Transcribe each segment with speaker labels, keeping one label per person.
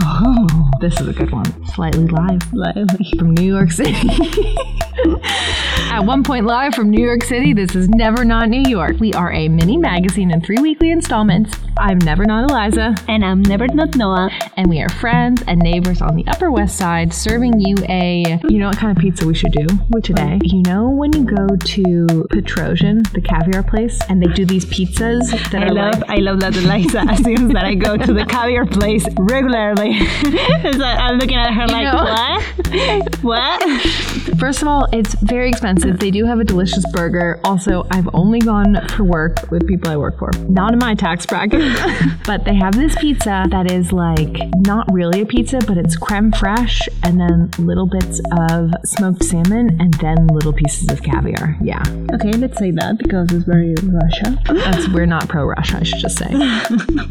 Speaker 1: Oh, This is a good one. Slightly live.
Speaker 2: Lively.
Speaker 1: From New York City. At one point live from New York City, this is Never Not New York. We are a mini magazine in three weekly installments. I'm Never Not Eliza,
Speaker 2: And I'm never not Noah.
Speaker 1: and we are friends and neighbors on the Upper West Side serving you a. You know what kind of pizza we should do today? You know when you go to Petrosian, the caviar place, and they do these pizzas that
Speaker 2: I
Speaker 1: are
Speaker 2: love,
Speaker 1: like.
Speaker 2: I love that Eliza assumes that I go to the caviar place regularly. so I'm looking at her like, what? what?
Speaker 1: First of all, it's very expensive. They do have a delicious burger. Also, I've only gone for work with people I work for, not in my tax bracket. but they have this pizza that is like not really a pizza, but it's creme fraiche and then little bits of smoked salmon and then little pieces of caviar. Yeah,
Speaker 2: Okay, let's say that because it's very Russia.
Speaker 1: that's we're not pro Russia, I should just say.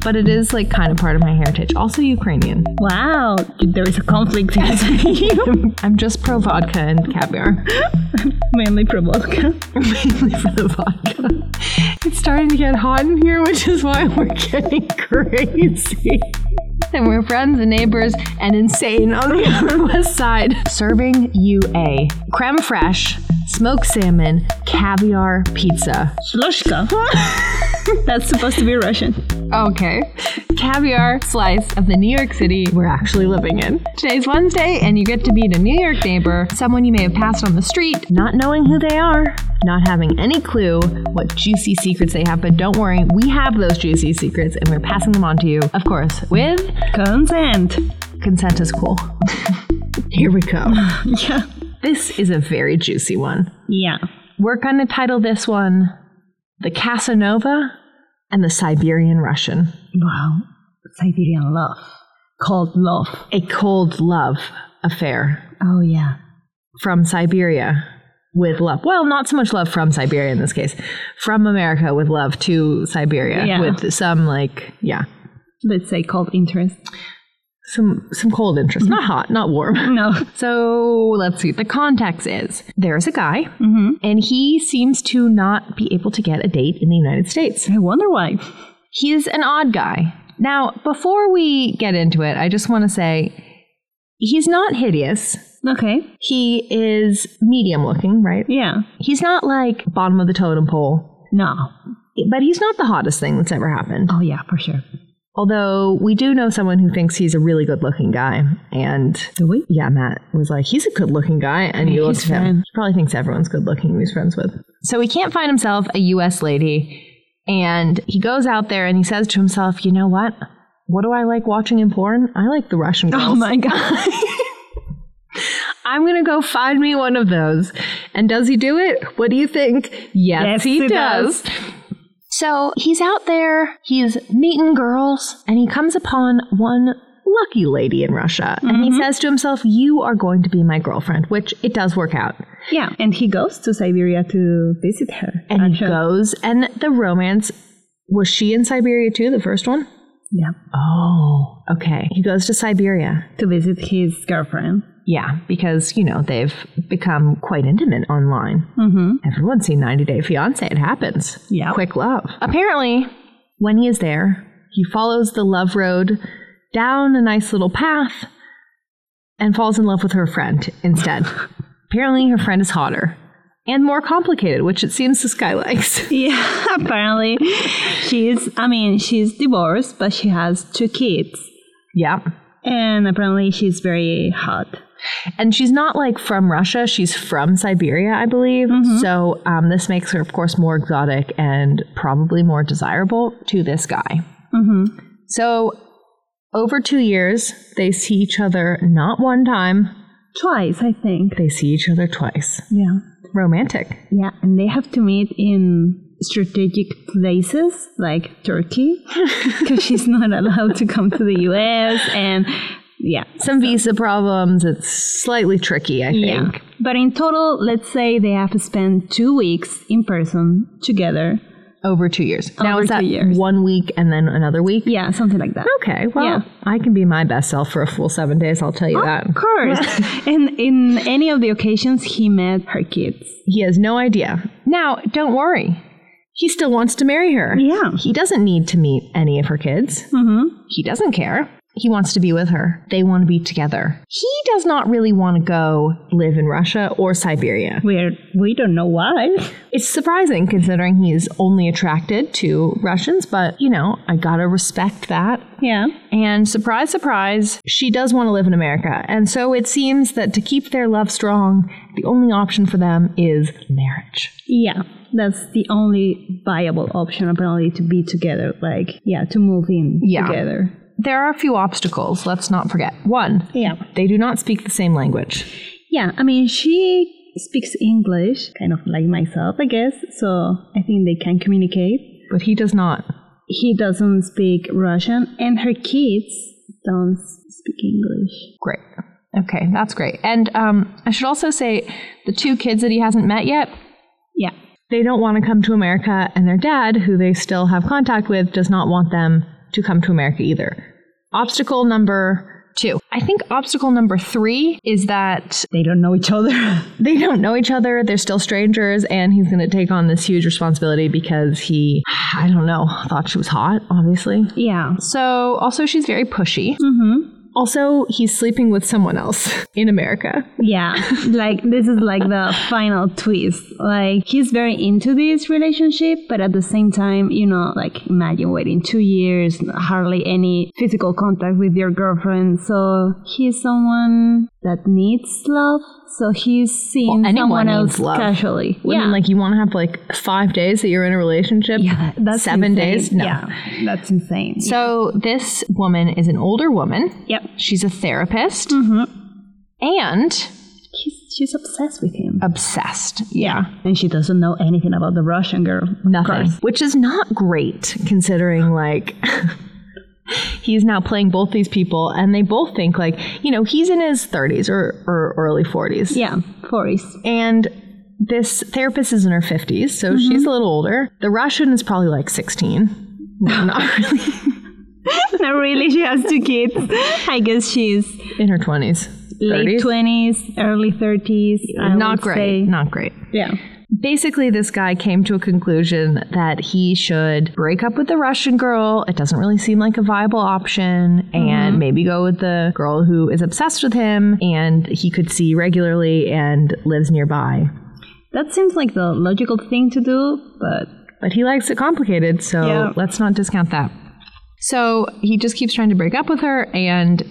Speaker 1: but it is like kind of part of my heritage. Also Ukrainian.
Speaker 2: Wow, there is a conflict between you,
Speaker 1: I'm just pro vodka and caviar.
Speaker 2: mainly pro vodka.
Speaker 1: mainly for the vodka. It's starting to get hot in here, which is why we're getting crazy. And we're friends and neighbors and insane on the Upper West Side. Serving you a creme fraiche, smoked salmon, caviar pizza.
Speaker 2: Sloshka. That's supposed to be Russian.
Speaker 1: Okay. Caviar slice of the New York City we're actually living in. Today's Wednesday, and you get to meet a New York neighbor, someone you may have passed on the street, not knowing who they are, not having any clue what juicy secrets they have. But don't worry, we have those juicy secrets, and we're passing them on to you, of course, with
Speaker 2: Consent.
Speaker 1: consent is cool. Here we go.
Speaker 2: Yeah.
Speaker 1: This is a very juicy one.
Speaker 2: Yeah.
Speaker 1: We're going to title this one The Casanova and the Siberian Russian.
Speaker 2: Wow. Siberian love. Cold love.
Speaker 1: A cold love affair.
Speaker 2: Oh, yeah.
Speaker 1: from Siberia with love. Well, not so much love from Siberia in this case, from America with love to Siberia
Speaker 2: Yeah.
Speaker 1: with some like yeah,
Speaker 2: Let's say cold interest.
Speaker 1: some some cold interest, not hot, not warm.
Speaker 2: No.
Speaker 1: So let's see. The context is there's a guy,
Speaker 2: Mm-hmm.
Speaker 1: and he seems to not be able to get a date in the United States.
Speaker 2: I wonder why.
Speaker 1: He's an odd guy. Now, before we get into it, I just want to say he's not hideous.
Speaker 2: Okay.
Speaker 1: He is medium looking, right?
Speaker 2: Yeah.
Speaker 1: He's not like bottom of the totem pole,
Speaker 2: No.
Speaker 1: but he's not the hottest thing that's ever happened.
Speaker 2: Oh, yeah, for sure.
Speaker 1: Although we do know someone who thinks he's a really good looking guy. And
Speaker 2: Do we?
Speaker 1: yeah, Matt was like, he's a good looking guy. And you look
Speaker 2: He's
Speaker 1: at him.
Speaker 2: fine.
Speaker 1: He probably thinks everyone's good looking who he's friends with. So he can't find himself a U.S. lady. And he goes out there and he says to himself, you know what? What do I like watching in porn? I like the Russian girls.
Speaker 2: Oh, my God.
Speaker 1: I'm gonna go find me one of those. And does he do it? What do you think? Yes,
Speaker 2: Yes,
Speaker 1: he,
Speaker 2: he
Speaker 1: does.
Speaker 2: does.
Speaker 1: So he's out there, he's meeting girls, and he comes upon one lucky lady in Russia. And
Speaker 2: Mm-hmm.
Speaker 1: he says to himself, You are going to be my girlfriend, which it does work out.
Speaker 2: yeah. And he goes to Siberia to visit her.
Speaker 1: And he
Speaker 2: Actually.
Speaker 1: goes, and the romance was she in Siberia too, the first one?
Speaker 2: Yeah.
Speaker 1: Oh, okay. He goes to Siberia.
Speaker 2: To visit his girlfriend.
Speaker 1: Yeah, because, you know, they've become quite intimate online.
Speaker 2: Mm-hmm.
Speaker 1: Everyone's seen 90 Day Fiance. It happens.
Speaker 2: Yeah.
Speaker 1: Quick love. Apparently, when he is there, he follows the love road down a nice little path and falls in love with her friend instead. Apparently, her friend is hotter and more complicated, which it seems this guy likes.
Speaker 2: Yeah. Apparently, she's, I mean, she's divorced, but she has two kids.
Speaker 1: yeah.
Speaker 2: And apparently, she's very hot.
Speaker 1: And she's not like from Russia. She's from Siberia, I believe.
Speaker 2: Mm-hmm.
Speaker 1: So, um, this makes her, of course, more exotic and probably more desirable to this guy.
Speaker 2: Mm-hmm.
Speaker 1: So, over two years, they see each other not one time,
Speaker 2: Twice, I think.
Speaker 1: they see each other twice.
Speaker 2: Yeah.
Speaker 1: Romantic.
Speaker 2: Yeah, and they have to meet in strategic places like Turkey because she's not allowed to come to the US and yeah.
Speaker 1: Some visa problems. It's slightly tricky, I
Speaker 2: Yeah.
Speaker 1: think.
Speaker 2: But in total, let's say they have spent 2 weeks in person together.
Speaker 1: Over two years. now,
Speaker 2: Over
Speaker 1: is that
Speaker 2: two years.
Speaker 1: one week and then another week?
Speaker 2: Yeah, something like that.
Speaker 1: Okay, well,
Speaker 2: Yeah.
Speaker 1: I can be my best self for a full seven days, I'll tell you that.
Speaker 2: Of course. and in any of the occasions he met her kids.
Speaker 1: He has no idea. Now, don't worry. He still wants to marry her.
Speaker 2: Yeah.
Speaker 1: He doesn't need to meet any of her kids.
Speaker 2: Mhm.
Speaker 1: He doesn't care. He wants to be with her. They want to be together. He does not really want to go live in Russia or Siberia.
Speaker 2: We're, we don't know why.
Speaker 1: It's surprising considering he's only attracted to Russians, but you know, I gotta respect that.
Speaker 2: Yeah.
Speaker 1: And surprise, surprise, she does want to live in America. And so it seems that to keep their love strong, the only option for them is marriage.
Speaker 2: Yeah. That's the only viable option apparently to be together. Like, yeah, to move in
Speaker 1: Yeah.
Speaker 2: together.
Speaker 1: There are a few obstacles, let's not forget. One,
Speaker 2: Yeah.
Speaker 1: they do not speak the same language.
Speaker 2: Yeah. I mean, she speaks English, kind of like myself, I guess. So I think they can communicate.
Speaker 1: But he does not.
Speaker 2: He doesn't speak Russian, and her kids don't speak English.
Speaker 1: Great. Okay, that's great. And um, I should also say the two kids that he hasn't met yet,
Speaker 2: Yeah.
Speaker 1: they don't want to come to America, and their dad, who they still have contact with, does not want them to come to America either. Obstacle number two. I think obstacle number three is that
Speaker 2: They don't know each other.
Speaker 1: they don't know each other, they're still strangers, and he's going to take on this huge responsibility because he, I don't know, thought she was hot, obviously.
Speaker 2: yeah.
Speaker 1: So, also, she's very pushy.
Speaker 2: Mm-hmm.
Speaker 1: Also, he's sleeping with someone else in America.
Speaker 2: Yeah, like this is like the final twist. Like he's very into this relationship, but at the same time, you know, like imagine waiting two years, hardly any physical contact with your girlfriend. So he's someone that needs love. So he's seeing
Speaker 1: Well, anyone
Speaker 2: someone
Speaker 1: needs
Speaker 2: else
Speaker 1: love.
Speaker 2: casually.
Speaker 1: Women, like, you want to have like five days that you're in a relationship?
Speaker 2: yeah, that's
Speaker 1: seven
Speaker 2: insane.
Speaker 1: days? No.
Speaker 2: Yeah, that's insane.
Speaker 1: So this woman is an older woman.
Speaker 2: yep,
Speaker 1: She's a therapist
Speaker 2: Mm-hmm.
Speaker 1: and
Speaker 2: she's she's obsessed with him,
Speaker 1: obsessed. Yeah.
Speaker 2: Oh, and she doesn't know anything about the Russian girl. of
Speaker 1: Nothing.
Speaker 2: course.
Speaker 1: Which is not great considering like he's now playing both these people and they both think like, you know, he's in his 30s or, or early 40s.
Speaker 2: Yeah, Forrest.
Speaker 1: And this therapist is in her 50s, so
Speaker 2: Mm-hmm.
Speaker 1: she's a little older. The Russian is probably like 16. Not really
Speaker 2: Not really. She has two kids. I guess she's
Speaker 1: in her 20s.
Speaker 2: late
Speaker 1: 30s.
Speaker 2: twenties, early thirties.
Speaker 1: Not great. Not great.
Speaker 2: Yeah.
Speaker 1: Basically, this guy came to a conclusion that he should break up with the Russian girl. It doesn't really seem like a viable option.
Speaker 2: Mm-hmm.
Speaker 1: And maybe go with the girl who is obsessed with him and he could see regularly and lives nearby.
Speaker 2: That seems like the logical thing to do, but
Speaker 1: But he likes it complicated, so
Speaker 2: Yeah.
Speaker 1: let's not discount that. So he just keeps trying to break up with her, and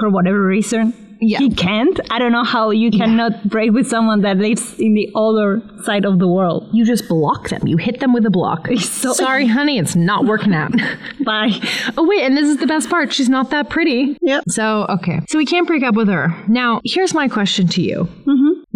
Speaker 2: for whatever reason,
Speaker 1: Yeah.
Speaker 2: he can't. I don't know how you cannot break with someone that lives in the other side of the world.
Speaker 1: you just block them. You hit them with a block.
Speaker 2: so-
Speaker 1: Sorry, honey, it's not working out.
Speaker 2: Bye.
Speaker 1: Oh, wait, and this is the best part. She's not that pretty.
Speaker 2: Yep.
Speaker 1: So, okay. So we can't break up with her. Now, here's my question to you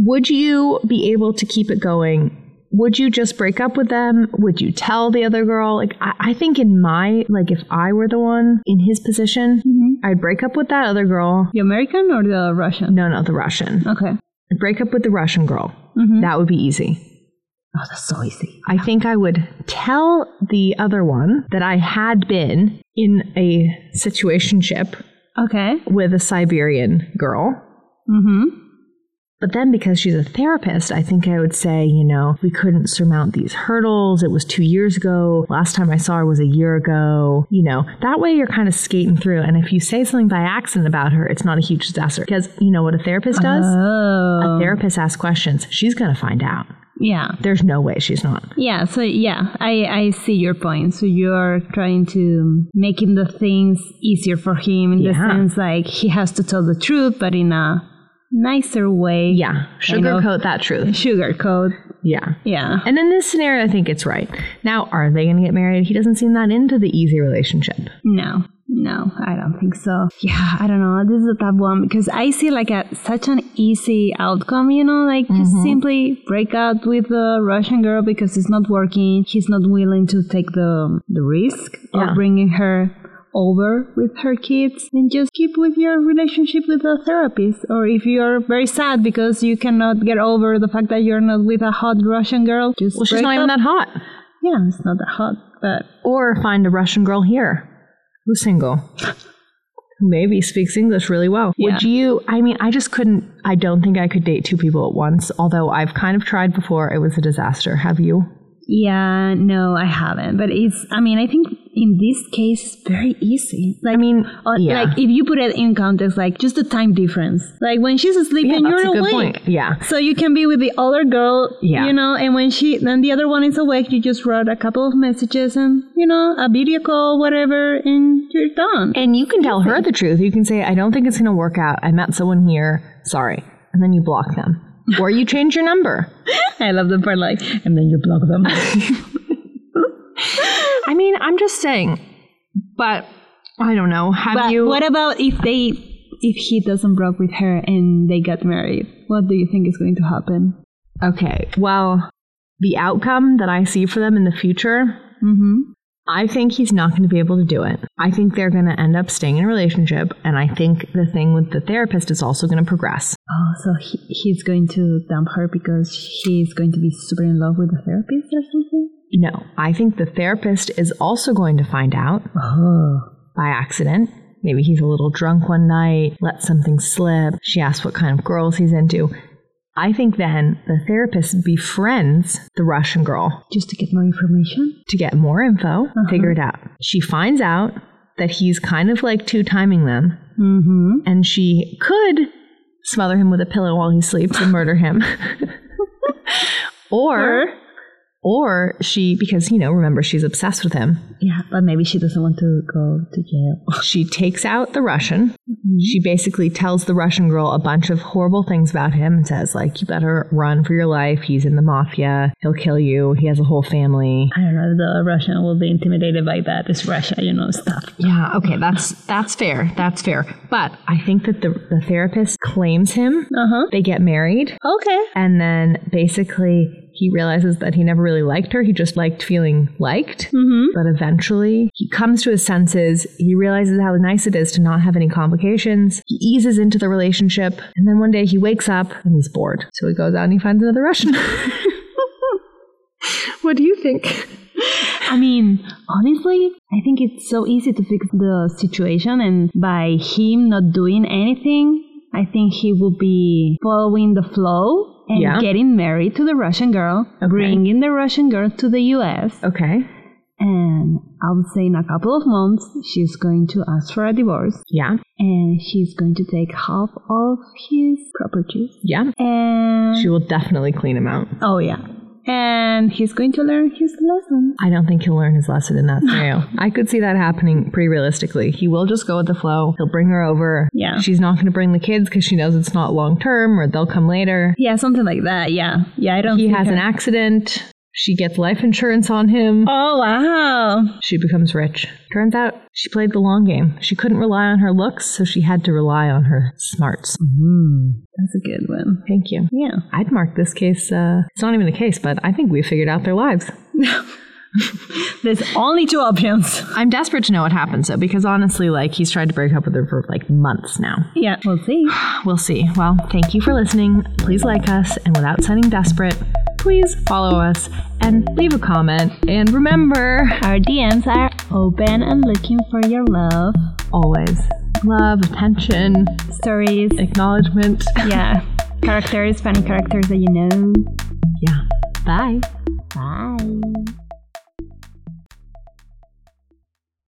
Speaker 1: Would you be able to keep it going? Would you just break up with them? Would you tell the other girl? Like, I, I think in my, like, if I were the one in his position, I'd break up with that other girl.
Speaker 2: The American or the Russian?
Speaker 1: No, no, the Russian.
Speaker 2: Okay.
Speaker 1: I'd break up with the Russian girl. That would be easy.
Speaker 2: Oh, that's so easy.
Speaker 1: I think I would tell the other one that I had been in a situationship
Speaker 2: Okay.
Speaker 1: with a Siberian girl.
Speaker 2: Mm-hmm.
Speaker 1: But then, because she's a therapist, I think I would say, you know, we couldn't surmount these hurdles. It was two years ago. Last time I saw her was a year ago. You know, that way you're kind of skating through. And if you say something by accident about her, it's not a huge disaster. Because you know what a therapist does?
Speaker 2: Oh.
Speaker 1: a therapist asks questions. She's going to find out.
Speaker 2: Yeah.
Speaker 1: There's no way she's not.
Speaker 2: Yeah, so yeah, I, I see your point. So you're trying to making the things easier for him in the
Speaker 1: Yeah.
Speaker 2: sense like he has to tell the truth, but in a nicer way.
Speaker 1: Yeah.
Speaker 2: know.
Speaker 1: Sugarcoat that truth.
Speaker 2: Sugarcoat.
Speaker 1: Yeah.
Speaker 2: Yeah.
Speaker 1: And in this scenario, I think it's right. Now, are they going to get married? He doesn't seem that into the easy relationship.
Speaker 2: No, no, I don't think so. Yeah, I don't know. This is a tough one because I see like a such an easy outcome. You know, like just
Speaker 1: Mm-hmm.
Speaker 2: simply break out with the Russian girl because it's not working. He's not willing to take the the risk
Speaker 1: Yeah.
Speaker 2: of bringing her over with her kids and just keep with your relationship with the therapist or if you're very sad because you cannot get over the fact that you're not with a hot russian girl just
Speaker 1: Well, she's
Speaker 2: break
Speaker 1: not even
Speaker 2: up.
Speaker 1: that hot.
Speaker 2: yeah it's not that hot but
Speaker 1: Or find a Russian girl here who's single, who maybe speaks English really well. Would
Speaker 2: Yeah.
Speaker 1: you? I mean, I just couldn't. I don't think I could date two people at once, although I've kind of tried before. It was a disaster. Have you?
Speaker 2: Yeah, no, I haven't. But it's, I mean, I think in this case is very easy. Like,
Speaker 1: I mean,
Speaker 2: uh,
Speaker 1: yeah.
Speaker 2: like if you put it in context, like just the time difference. Like when she's asleep and
Speaker 1: that's
Speaker 2: you're
Speaker 1: a good
Speaker 2: awake.
Speaker 1: point. Yeah.
Speaker 2: So you can be with the other girl,
Speaker 1: Yeah.
Speaker 2: you know, and when she then the other one is awake, you just wrote a couple of messages and you know a video call, whatever, and you're done.
Speaker 1: And you can tell her the truth. You can say, I don't think it's going to work out. I met someone here. Sorry. And then you block them. Or you change your number.
Speaker 2: I love them for like, and then you block them.
Speaker 1: I mean, I'm just saying. But I don't know. Have
Speaker 2: but
Speaker 1: you.
Speaker 2: what about if they, if he doesn't broke with her and they got married? What do you think is going to happen?
Speaker 1: Okay. Well, the outcome that I see for them in the future,
Speaker 2: Mm-hmm.
Speaker 1: I think he's not going to be able to do it. I think they're going to end up staying in a relationship. And I think the thing with the therapist is also going to progress.
Speaker 2: Oh, so he, he's going to dump her because he's going to be super in love with the therapist or something?
Speaker 1: No, I think the therapist is also going to find out
Speaker 2: Oh.
Speaker 1: by accident. Maybe he's a little drunk one night, let something slip. She asks what kind of girls he's into. I think then the therapist befriends the Russian girl
Speaker 2: Just to get more information?
Speaker 1: to get more info, figure it out. She finds out that he's kind of like two timing them,
Speaker 2: Mm hmm.
Speaker 1: and she could smother him with a pillow while he sleeps and murder him. or, or she, because, you know, remember, she's obsessed with him.
Speaker 2: Yeah, but maybe she doesn't want to go to jail.
Speaker 1: She takes out the Russian. She basically tells the Russian girl a bunch of horrible things about him and says, like, you better run for your life. He's in the mafia. He'll kill you. He has a whole family.
Speaker 2: I don't know, the Russian will be intimidated by that. It's Russia, you know, stuff.
Speaker 1: Yeah, okay, that's that's fair. That's fair. But I think that the, the therapist claims him.
Speaker 2: Uh huh.
Speaker 1: They get married.
Speaker 2: Okay.
Speaker 1: And then basically he realizes that he never really liked her. He just liked feeling liked.
Speaker 2: Mm
Speaker 1: But eventually, he comes to his senses. He realizes how nice it is to not have any complications. He eases into the relationship. And then one day he wakes up and he's bored. So he goes out and he finds another Russian. what do you think?
Speaker 2: I mean, honestly, I think it's so easy to fix the situation, and by him not doing anything, I think he will be following the flow and
Speaker 1: Yeah.
Speaker 2: getting married to the Russian girl, bringing the Russian girl to the US,
Speaker 1: Okay.
Speaker 2: and I would say in a couple of months, she's going to ask for a divorce
Speaker 1: Yeah.
Speaker 2: and she's going to take half of his properties.
Speaker 1: Yeah.
Speaker 2: And
Speaker 1: She will definitely clean him out.
Speaker 2: oh, yeah. And he's going to learn his lesson.
Speaker 1: I don't think he'll learn his lesson in that scenario. I could see that happening pretty realistically. He will just go with the flow. He'll bring her over.
Speaker 2: Yeah.
Speaker 1: She's not going to bring the kids because she knows it's not long term or they'll come later.
Speaker 2: Yeah, something like that. Yeah. Yeah, I don't
Speaker 1: He
Speaker 2: think
Speaker 1: has
Speaker 2: I-
Speaker 1: an accident. She gets life insurance on him.
Speaker 2: Oh wow!
Speaker 1: She becomes rich. Turns out she played the long game. She couldn't rely on her looks, so she had to rely on her smarts.
Speaker 2: That's a good one.
Speaker 1: Thank you.
Speaker 2: Yeah.
Speaker 1: I'd mark this case, uh, it's not even a case, but I think we figured out their lives.
Speaker 2: There's only two options.
Speaker 1: I'm desperate to know what happens, though, because honestly, like, he's tried to break up with her for like months now.
Speaker 2: Yeah. We'll see.
Speaker 1: We'll see. Well, thank you for listening. Please like us, and without sounding desperate, please follow us and leave a comment. And remember,
Speaker 2: Our DMs are open and looking for your love
Speaker 1: always love, attention,
Speaker 2: stories.
Speaker 1: acknowledgement.
Speaker 2: Yeah. Characters, funny characters that you know.
Speaker 1: Yeah. Bye.
Speaker 2: Bye.